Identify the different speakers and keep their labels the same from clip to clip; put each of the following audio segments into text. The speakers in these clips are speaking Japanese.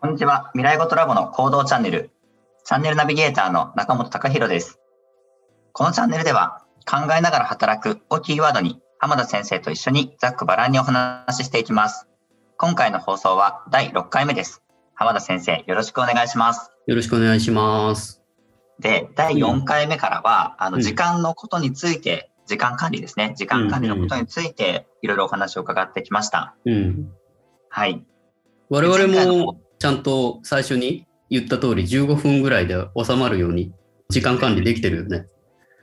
Speaker 1: こんにちは。未来ごとラボの行動チャンネル。チャンネルナビゲーターの中本隆弘です。このチャンネルでは、考えながら働くをキーワードに、浜田先生と一緒にざっくばらんにお話ししていきます。今回の放送は第6回目です。浜田先生、よろしくお願いします。
Speaker 2: よろしくお願いします。
Speaker 1: で、第4回目からは、あ
Speaker 2: う
Speaker 1: の、
Speaker 2: ん
Speaker 1: 時間のことについて、時間管理ですね。時間管理のことについて、いろいろお話を伺ってきました。
Speaker 2: うん。
Speaker 1: はい。
Speaker 2: 我々
Speaker 1: 前回
Speaker 2: も
Speaker 1: の
Speaker 2: ちゃんと最初に言った通り15分ぐらいで収まるように時間管理できてるよね。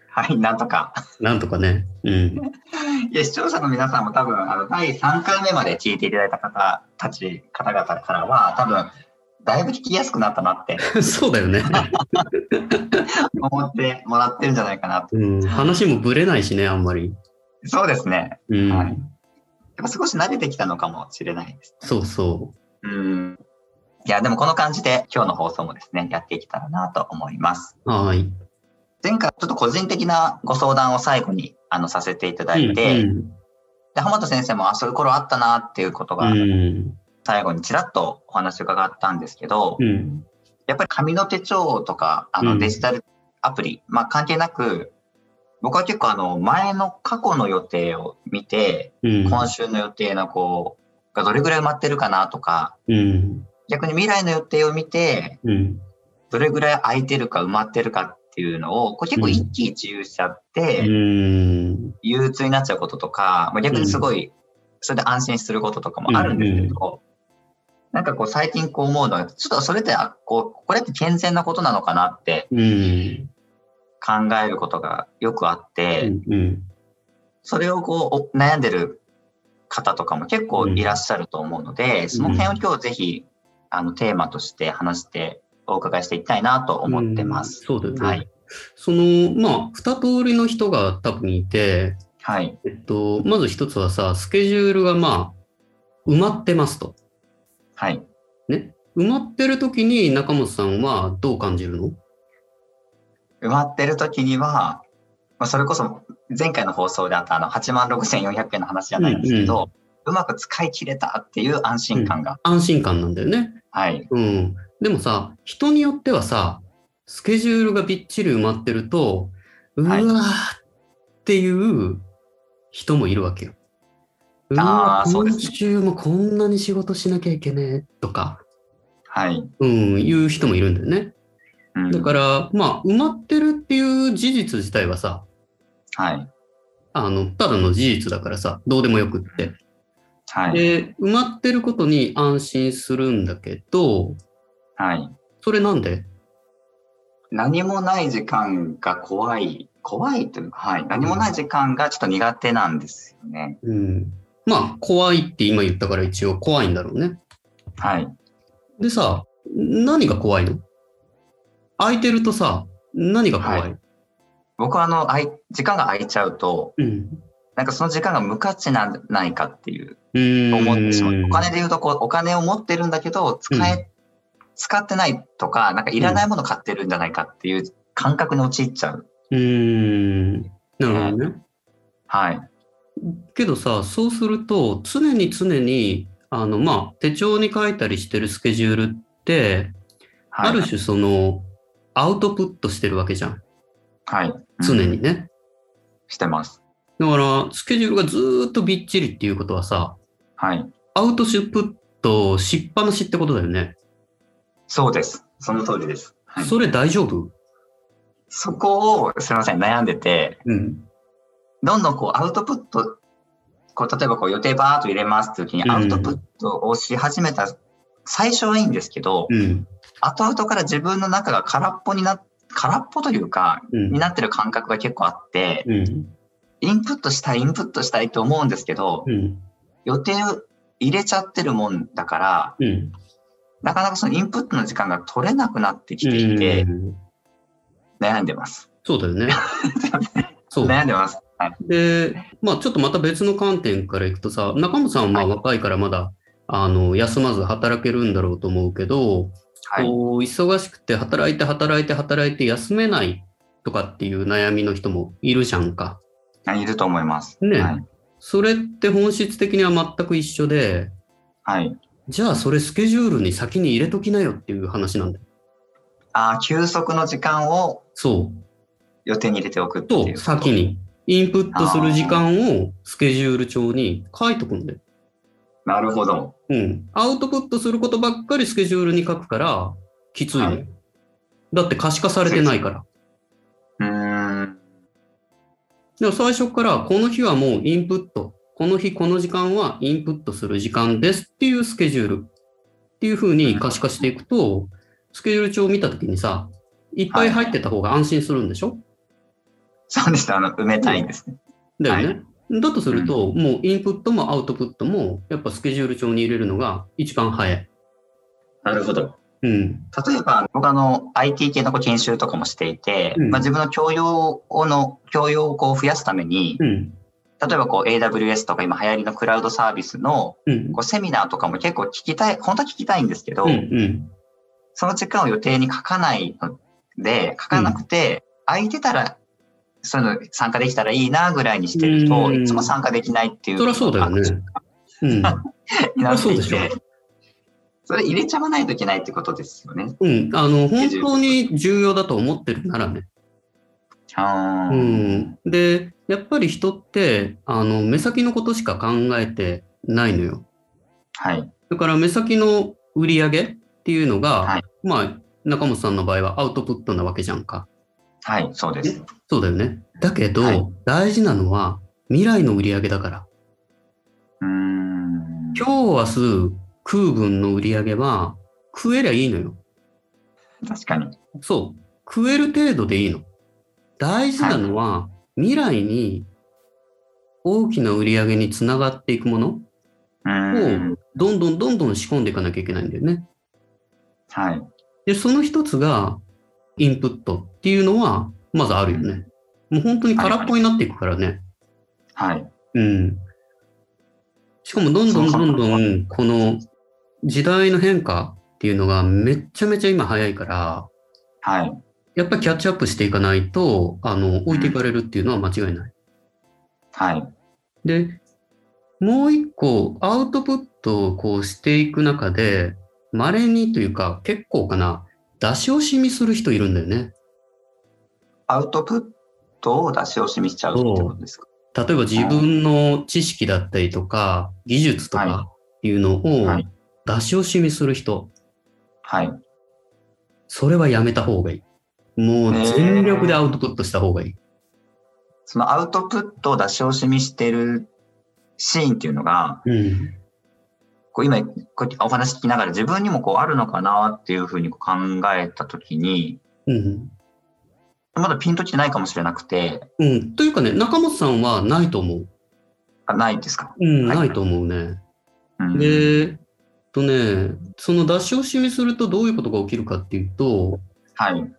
Speaker 1: はい、なんとか。
Speaker 2: なんとかね。うん。
Speaker 1: いや視聴者の皆さんも多分あの第3回目まで聞いていただいた方たち方々からは多分だいぶ聞きやすくなったなって
Speaker 2: そうだよね。
Speaker 1: 思ってもらってるんじゃないかなと
Speaker 2: うん。話もぶれないしね、あんまり。
Speaker 1: そうですね
Speaker 2: うん。
Speaker 1: はいやっぱ少し慣れてきたのかもしれないです
Speaker 2: そうそ
Speaker 1: うんいやでもこの感じで今日の放送もですねやっていけたらなと思います
Speaker 2: う。はい。
Speaker 1: 前回ちょっと個人的なご相談を最後にあのさせていただいて、
Speaker 2: うん
Speaker 1: で浜田先生もあそういう頃あったなっていうこと
Speaker 2: う
Speaker 1: が
Speaker 2: ん。
Speaker 1: 最後にちらっとお話を伺ったんですけど、
Speaker 2: うん。
Speaker 1: やっぱり紙の手帳とか、あ
Speaker 2: う
Speaker 1: の
Speaker 2: ん
Speaker 1: デジタルアプリ、まあ関係なく、僕は結構あの前の過去の予定を見て、
Speaker 2: うん。
Speaker 1: 今週の予定のこう、がどれぐらい埋まってるかなとか、
Speaker 2: うん。
Speaker 1: 逆に未来の予定を見て、
Speaker 2: うん。
Speaker 1: どれぐらい空いてるか埋まってるかっていうのを、これ結構
Speaker 2: うん
Speaker 1: 一喜一憂しちゃって、
Speaker 2: うん。
Speaker 1: 憂鬱になっちゃうこととか、まあ、逆にすごい、それで安心することとかもあるんですけれど、なんかこう最近こう思うのは、ちょっとそれってあこう、これって健全なことなのかなって
Speaker 2: うん。
Speaker 1: 考えることがよくあって、
Speaker 2: うん。
Speaker 1: それをこうお悩んでる方とかも結構いらっしゃると思うので、その辺を今日ぜひあのテーマとして話してお伺いしていきたいなと思ってます。
Speaker 2: うんそうだよね。
Speaker 1: はい
Speaker 2: その、まあ、二通りの人が多分いて、
Speaker 1: はい、
Speaker 2: えっと、まず一つはさ、スケジュールがまあ、埋まってますと。
Speaker 1: はい。
Speaker 2: ね。埋まってる時に中本さんはどう感じるの
Speaker 1: 埋まってる時には、まあ、それこそ前回の放送であったあの8万6400円の話じゃないんですけど、うまく使い切れたっていう安心感が、
Speaker 2: 安心感なんだよね。
Speaker 1: はい、
Speaker 2: うん。でもさ、人によってはさ、スケジュールがびっちり埋まってると、うわ
Speaker 1: はい
Speaker 2: ーっていう人もいるわけよ。う
Speaker 1: あ
Speaker 2: わ
Speaker 1: ー
Speaker 2: ー
Speaker 1: そうで
Speaker 2: 今
Speaker 1: すね
Speaker 2: 週もこんなに仕事しなきゃいけねえとか、
Speaker 1: はい。
Speaker 2: うん、いう人もいるんだよね。
Speaker 1: うん
Speaker 2: だから、まあ、埋まってるっていう事実自体はさ、
Speaker 1: はい。
Speaker 2: あの、ただの事実だからさ、どうでもよくって。
Speaker 1: はい。
Speaker 2: で、埋まってることに安心するんだけど、
Speaker 1: はい。
Speaker 2: それなんで
Speaker 1: 何もない時間が怖い、怖いというか、はい、何もない時間がちょっと苦手なんですよね。
Speaker 2: うん。まあ、怖いって今言ったから一応怖いんだろうね。
Speaker 1: はい。
Speaker 2: でさ、何が怖いの空いてるとさ、何が怖い、
Speaker 1: は僕はあの、あい時間が空いちゃうと、
Speaker 2: うん。
Speaker 1: なんかその時間が無価値なんじゃないかっていう、
Speaker 2: うーん。
Speaker 1: 思ってしまう。お金で言うと、こう、お金を持ってるんだけど、使え、
Speaker 2: う
Speaker 1: 使ってないとか、なんかいらないもの買ってるんじゃないかっていう感覚に陥っちゃう。
Speaker 2: うーん。なるほどね。
Speaker 1: はい。
Speaker 2: けどさそうすると常に常にあの、まあ、手帳に書いたりしてるスケジュールって、
Speaker 1: はい。
Speaker 2: ある種そのアウトプットしてるわけじゃん
Speaker 1: はい。
Speaker 2: 常
Speaker 1: うん
Speaker 2: にね、
Speaker 1: してます。
Speaker 2: だからスケジュールがずーっとびっちりっていうことはさ
Speaker 1: はい。
Speaker 2: アウトシュプットしっぱなしってことだよね、
Speaker 1: そうです。その通りです。はい、
Speaker 2: それ大丈夫
Speaker 1: そこを、すみません、悩んでて、
Speaker 2: うん
Speaker 1: どんどんこうアウトプット、こう例えばこう予定バーっと入れますって時に
Speaker 2: うん
Speaker 1: アウトプットをし始めた最初はいいんですけど、
Speaker 2: うん
Speaker 1: 後々から自分の中が空っぽにな、空っぽというか、
Speaker 2: う
Speaker 1: に
Speaker 2: ん
Speaker 1: なってる感覚が結構あって、
Speaker 2: うん
Speaker 1: インプットしたい、インプットしたいと思うんですけど、
Speaker 2: うん
Speaker 1: 予定を入れちゃってるもんだから、
Speaker 2: うん
Speaker 1: なかなかそのインプットの時間が取れなくなってきていて、
Speaker 2: うん
Speaker 1: 悩んでます。
Speaker 2: そうだよ ねそう
Speaker 1: 悩んでます。はい。
Speaker 2: で、まあ、ちょっとまた別の観点からいくとさ、中本さんはまあ
Speaker 1: は
Speaker 2: 若いからまだあの休まず働けるんだろうと思うけど、
Speaker 1: はい。
Speaker 2: こう忙しくて働いて働いて働いて休めないとかっていう悩みの人もいるじゃんか。
Speaker 1: あいると思います。
Speaker 2: ね
Speaker 1: はい。
Speaker 2: それって本質的には全く一緒で、
Speaker 1: はい、
Speaker 2: じゃあそれスケジュールに先に入れときなよっていう話なんだよ。
Speaker 1: あー休息の時間を
Speaker 2: そ
Speaker 1: 予定に入れておくっ
Speaker 2: う。、
Speaker 1: ていうこと
Speaker 2: 先。に。インプットする時間をスケジュール帳に書いとくんだよ。
Speaker 1: なるほど。
Speaker 2: うん。アウトプットすることばっかりスケジュールに書くから、きついのよ
Speaker 1: は
Speaker 2: だって可視化されてないから。
Speaker 1: うーん。
Speaker 2: でも最初からこの日はもうインプット、この日この時間はインプットする時間ですっていうスケジュールっていう風に可視化していくと、スケジュール帳を見たときにさ、いっぱい入ってた方が安心するんでしょ、
Speaker 1: そうですね。あの、埋めたいんですね。
Speaker 2: だよね。だとすると、もうインプットもアウトプットも、やっぱスケジュール帳に入れるのが一番早い。
Speaker 1: なるほど。
Speaker 2: うん。
Speaker 1: 例えば、僕あの、IT 系のこう研修とかもしていて、
Speaker 2: うん
Speaker 1: まあ、自分の教養をの、教養をこう増やすために、
Speaker 2: うん。
Speaker 1: 例えばこう AWS とか今流行りのクラウドサービスの
Speaker 2: うん。
Speaker 1: こうセミナーとかも結構聞きたい、本当は聞きたいんですけど、
Speaker 2: うん。うん。
Speaker 1: その時間を予定に書かないので、書かなくて、空いてたら、そういうの参加できたらいいなぐらいにしてる
Speaker 2: う
Speaker 1: と、
Speaker 2: ん
Speaker 1: いつも参加できないっていう。
Speaker 2: そりゃそうだよね。うん。
Speaker 1: になっていて
Speaker 2: そりゃそうで
Speaker 1: それ入れちゃわないといけないってことですよね。
Speaker 2: うん。あの、本当に重要だと思ってるならね。
Speaker 1: あ
Speaker 2: う
Speaker 1: ー
Speaker 2: ん、でやっぱり人ってあの目先のことしか考えてないのよ
Speaker 1: はい。
Speaker 2: だから目先の売り上げっていうのが、
Speaker 1: はい
Speaker 2: まあ中本さんの場合はアウトプットなわけじゃんか
Speaker 1: はい、そうです。
Speaker 2: そうだよねだけど、
Speaker 1: はい
Speaker 2: 大事なのは未来の売り上げだから
Speaker 1: うーん。
Speaker 2: 今日明日空分の売り上げは食えりゃいいのよ
Speaker 1: 確かに。
Speaker 2: そう食える程度でいいの大事なのは、未来に大きな売り上げにつながっていくもの、
Speaker 1: うーん。
Speaker 2: どんどんどんどん仕込んでいかなきゃいけないんだよね。
Speaker 1: はい。
Speaker 2: で、その一つが、インプットっていうのは、まずあるよね。もう本当に空っぽになっていくからね。
Speaker 1: はい。
Speaker 2: うん。しかも、どんどんどんどん、この時代の変化っていうのがめっちゃめちゃ今早いから、
Speaker 1: はい。
Speaker 2: やっぱりキャッチアップしていかないと、あの、置いていかれるっていうのは間違いない。
Speaker 1: はい。
Speaker 2: で、もう一個、アウトプットをこうしていく中で、稀にというか、結構かな、出し惜しみする人いるんだよね。
Speaker 1: アウトプットを出し惜しみしちゃうってことですか
Speaker 2: 例えば自分の知識だったりとか、技術と
Speaker 1: は
Speaker 2: かっていうのを
Speaker 1: はい
Speaker 2: 出し惜しみする人、
Speaker 1: はい。
Speaker 2: それはやめた方がいい。もう全力でアウトプットした方がいい。
Speaker 1: そのアウトプットを出し惜しみしてるシーンっていうのが、
Speaker 2: うん。
Speaker 1: こう今こうお話聞きながら自分にもこうあるのかなっていうふうにこう考えたときに、
Speaker 2: うん。
Speaker 1: まだピンときてないかもしれなくて、
Speaker 2: うん。というかね、中本さんはないと思う。
Speaker 1: あないですか。
Speaker 2: うん、
Speaker 1: はい
Speaker 2: ないと思うね。
Speaker 1: うん、
Speaker 2: で、えっとね、その出し惜しみするとどういうことが起きるかっていうと、
Speaker 1: はい。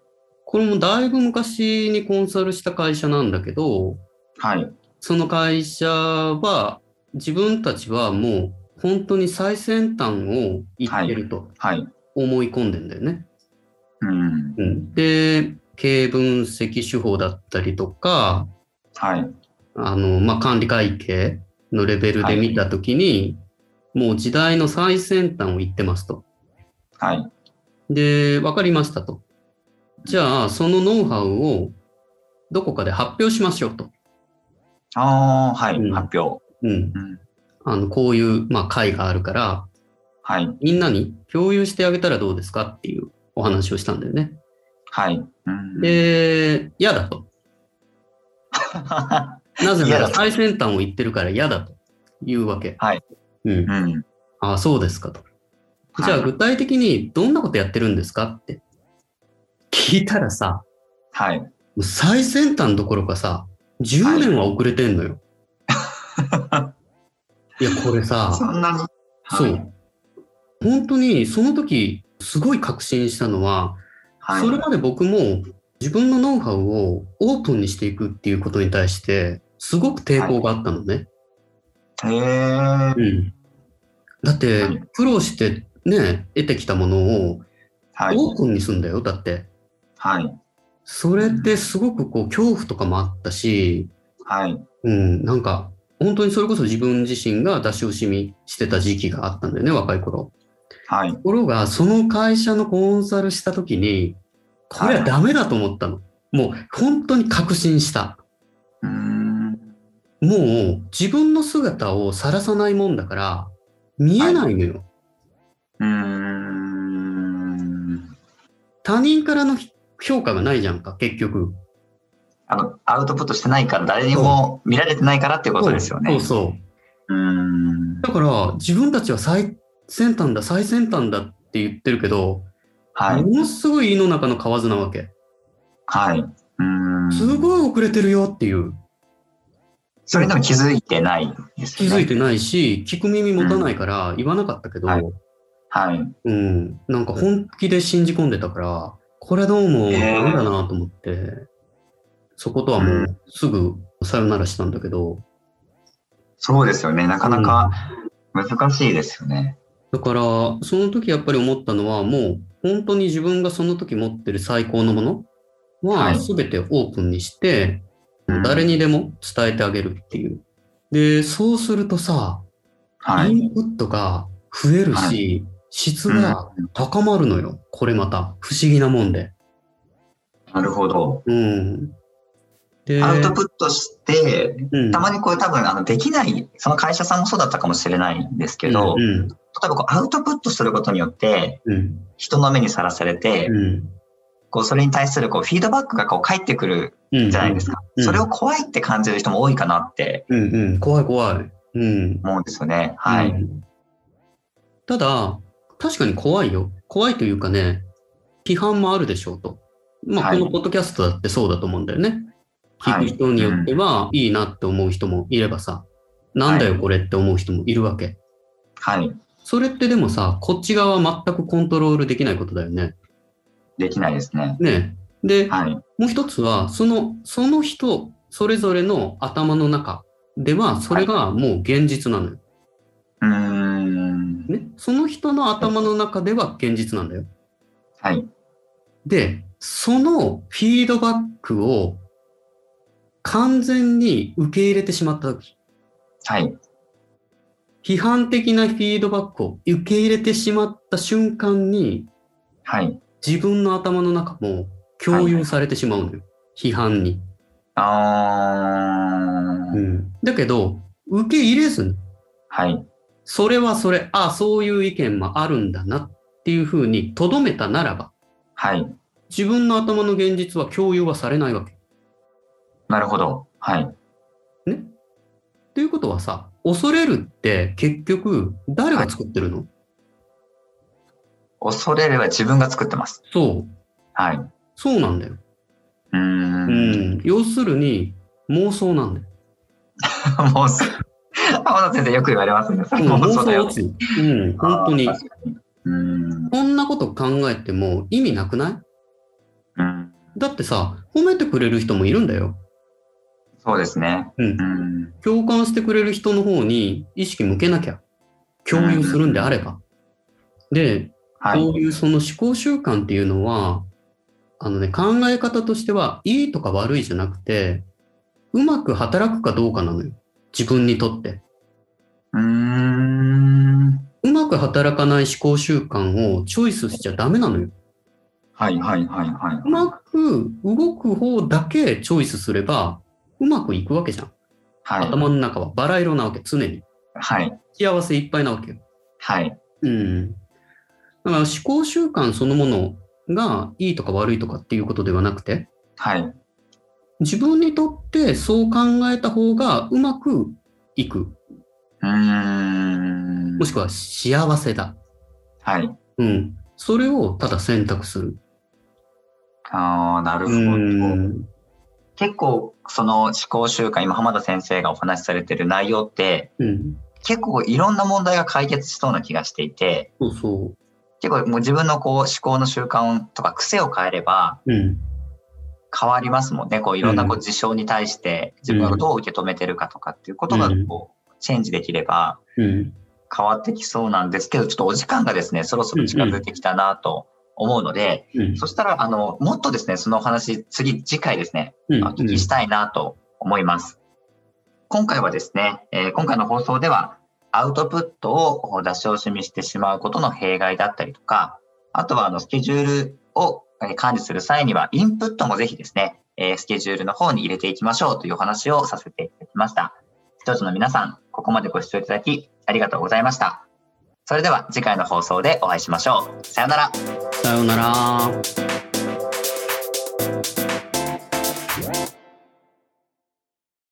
Speaker 2: これもだいぶ昔にコンサルした会社なんだけど、
Speaker 1: はい。
Speaker 2: その会社は自分たちはもう本当に最先端を行ってると
Speaker 1: はい。
Speaker 2: 思い込んでんだよね。
Speaker 1: うん。
Speaker 2: うん、で、経営分析手法だったりとか、
Speaker 1: はい。
Speaker 2: あの、まあ、管理会計のレベルで見たときに、もう時代の最先端を行ってますと。
Speaker 1: はい。
Speaker 2: で、わかりましたと。じゃあ、そのノウハウをどこかで発表しましょうと。
Speaker 1: ああ、はい。
Speaker 2: うん
Speaker 1: 発表。
Speaker 2: うん。
Speaker 1: うん。
Speaker 2: あの、こういう、まあ、会があるから、
Speaker 1: はい。
Speaker 2: みんなに共有してあげたらどうですかっていうお話をしたんだよね。
Speaker 1: はい。うん、
Speaker 2: で、嫌だと。
Speaker 1: は
Speaker 2: なぜな
Speaker 1: 嫌
Speaker 2: ら
Speaker 1: だと
Speaker 2: 最先端を行ってるから嫌だというわけ。
Speaker 1: はい。
Speaker 2: うん。
Speaker 1: うん。
Speaker 2: ああ、そうですかと。じゃあ、具体的にどんなことやってるんですかって聞いたらさ、
Speaker 1: はい。
Speaker 2: もう最先端どころかさ、10年は遅れてんのよ。い、や、これ
Speaker 1: そ
Speaker 2: さ、
Speaker 1: んなに
Speaker 2: そ。う。本当にその時、すごい確信したのは、
Speaker 1: はい。
Speaker 2: それまで僕も自分のノウハウをオープンにしていくっていうことに対して、すごく抵抗があったのね。
Speaker 1: へえ。
Speaker 2: うん、だって
Speaker 1: はい、
Speaker 2: 苦労してね、得てきたものを
Speaker 1: はい。
Speaker 2: オープンにするんだよ。だって、
Speaker 1: はい。
Speaker 2: それってすごくこう恐怖とかもあったし、
Speaker 1: はい。
Speaker 2: うん、なんか本当にそれこそ自分自身が出し惜しみしてた時期があったんだよね、若い頃。
Speaker 1: はい。
Speaker 2: ところが、その会社のコンサルした時に、これはダメだと思ったの。もう本当に確信した。
Speaker 1: うーん。
Speaker 2: もう自分の姿を晒さないもんだから、見えないのよ。
Speaker 1: うーん。
Speaker 2: 他人からの評価がないじゃんか、結局。
Speaker 1: あの、アウトプットしてないから、誰にも見られてないからっていうことですよね。
Speaker 2: そうそう。
Speaker 1: うーん。
Speaker 2: だから自分たちは最先端だ最先端だって言ってるけど、
Speaker 1: はい。
Speaker 2: ものすごい胃の中の蛙なわけ
Speaker 1: はい。うーん。
Speaker 2: すごい遅れてるよっていう
Speaker 1: それでも気づいてないです
Speaker 2: 気
Speaker 1: よね。
Speaker 2: づいてないし聞く耳持たないから言わなかったけど、
Speaker 1: はいはい。
Speaker 2: うん、なんか本気で信じ込んでたからこれどうも
Speaker 1: へー
Speaker 2: ダメだなと思って、そことはもうすぐさよならしたんだけど
Speaker 1: そうですよね。なかなか難しいですよね。
Speaker 2: だからその時やっぱり思ったのはもう本当に自分がその時持ってる最高のもの
Speaker 1: は
Speaker 2: はい全てオープンにして、
Speaker 1: うん
Speaker 2: 誰にでも伝えてあげるっていう。で、そうするとさ、
Speaker 1: は
Speaker 2: イン
Speaker 1: い。
Speaker 2: プットが増えるし、
Speaker 1: は
Speaker 2: 質が高まるのよ。これまた。不思議なもんで。
Speaker 1: なるほど。
Speaker 2: うん。で、
Speaker 1: アウトプットして、
Speaker 2: うん
Speaker 1: たまにこれ多分あのできない、その会社さんもそうだったかもしれないんですけど、
Speaker 2: う
Speaker 1: 例
Speaker 2: ん
Speaker 1: えばこうアウトプットすることによって、
Speaker 2: うん。
Speaker 1: 人の目にさらされて
Speaker 2: う、ん。
Speaker 1: こうそれに対するこうフィードバックがこう返ってくる
Speaker 2: うん。
Speaker 1: じゃないですか。
Speaker 2: うん
Speaker 1: それを怖いって感じる人も多いかなって
Speaker 2: うんうん。怖い怖い。うん。
Speaker 1: 思うんですよね。は
Speaker 2: う
Speaker 1: い。
Speaker 2: んただ、確かに怖いよ。怖いというかね、批判もあるでしょうと。まあ、
Speaker 1: は
Speaker 2: こ
Speaker 1: い
Speaker 2: のポッドキャストだってそうだと思うんだよね。聞く人によっては、いいなって思う人もいればさ、なんだよこれって思う人もいるわけ。
Speaker 1: はい。
Speaker 2: それってでもさ、こっち側は全くコントロールできないことだよね。
Speaker 1: できないですね。
Speaker 2: ねえで、
Speaker 1: はい。
Speaker 2: もう一つは、その、その人、それぞれの頭の中では、それがもう現実なのよ。
Speaker 1: うーん。
Speaker 2: ね。その人の頭の中では現実なんだよ。
Speaker 1: はい。
Speaker 2: で、そのフィードバックを完全に受け入れてしまった時、
Speaker 1: はい。
Speaker 2: 批判的なフィードバックを受け入れてしまった瞬間に、
Speaker 1: はい。
Speaker 2: 自分の頭の中も共有されてしまうのよ。批判に、
Speaker 1: あー。
Speaker 2: だけど、受け入れずに、
Speaker 1: はい。
Speaker 2: それはそれ、ああ、そういう意見もあるんだなっていうふうに留めたならば、
Speaker 1: はい。
Speaker 2: 自分の頭の現実は共有はされないわけ。
Speaker 1: なるほど。はい。
Speaker 2: ね。ということはさ、恐れるって結局誰が作ってるの、
Speaker 1: 恐れれば自分が作ってます。
Speaker 2: そう、
Speaker 1: はい。う
Speaker 2: そうなんだよ。
Speaker 1: ー。
Speaker 2: うんん。要するに妄想なんだよ。
Speaker 1: もうす、浜田先生よく言われますね。それ
Speaker 2: うん、
Speaker 1: も そ
Speaker 2: 妄
Speaker 1: うだ
Speaker 2: 想
Speaker 1: よ
Speaker 2: 落。ち。うん、本当に
Speaker 1: あー。。確かにうーん。
Speaker 2: こんなこと考えても意味なくない
Speaker 1: うん。
Speaker 2: だってさ、褒めてくれる人もいるんだよ。
Speaker 1: そうですね。
Speaker 2: うん
Speaker 1: う。ん。
Speaker 2: 共感してくれる人の方に意識向けなきゃ。共有するんであれば。で、
Speaker 1: は
Speaker 2: こう
Speaker 1: い。
Speaker 2: いうその思考習慣っていうのは、あのね、考え方としては、いいとか悪いじゃなくて、うまく働くかどうかなのよ。自分にとって。
Speaker 1: うーん。
Speaker 2: うまく働かない思考習慣をチョイスしちゃダメなのよ。
Speaker 1: はいはいはいは
Speaker 2: う
Speaker 1: い。
Speaker 2: まく動く方だけチョイスすれば、うまくいくわけじゃん。
Speaker 1: はい。
Speaker 2: 頭の中はバラ色なわけ、常に。
Speaker 1: はい。
Speaker 2: 幸せいっぱいなわけよ。
Speaker 1: はい。
Speaker 2: うん。だから思考習慣そのものがいいとか悪いとかっていうことではなくて、
Speaker 1: はい。
Speaker 2: 自分にとってそう考えた方がうまくいく。
Speaker 1: うーん
Speaker 2: も。しくは幸せだ。
Speaker 1: はい。
Speaker 2: うん。それをただ選択する。
Speaker 1: ああ、なる
Speaker 2: う
Speaker 1: ほど。
Speaker 2: ん。
Speaker 1: 結構、その思考習慣、今浜田先生がお話しされてる内容って、
Speaker 2: うん。
Speaker 1: 結構いろんな問題が解決しそうな気がしていて、
Speaker 2: そうそ
Speaker 1: 結構もう自分のこう思考の習慣とか癖を変えれば
Speaker 2: う。うん。
Speaker 1: 変わりますもんね。こういろんなこ
Speaker 2: う
Speaker 1: う事象に対して自分がどう受け止めてるかとかっていうことが
Speaker 2: うん
Speaker 1: こうチェンジできれば
Speaker 2: うん。
Speaker 1: 変わってきそうなんですけど、ちょっとお時間がですね、そろそろ近づいてきたなと思うので、
Speaker 2: うん
Speaker 1: そしたら、あの、もっとですね、そのお話、次、次回ですね、
Speaker 2: うん
Speaker 1: お聞きしたいなと思います。今回はですね、えー今回の放送では、アウトプットを出し惜しみしてしまうことの弊害だったりとか、あとはあのスケジュールをえー管理する際には、インプットもぜひですね、えースケジュールの方に入れていきましょうというお話をさせていただきました。視聴者の皆さん、ここまでご視聴いただき、ありがとうございました。それでは次回の放送でお会いしましょう。さようなら。
Speaker 2: さようなら。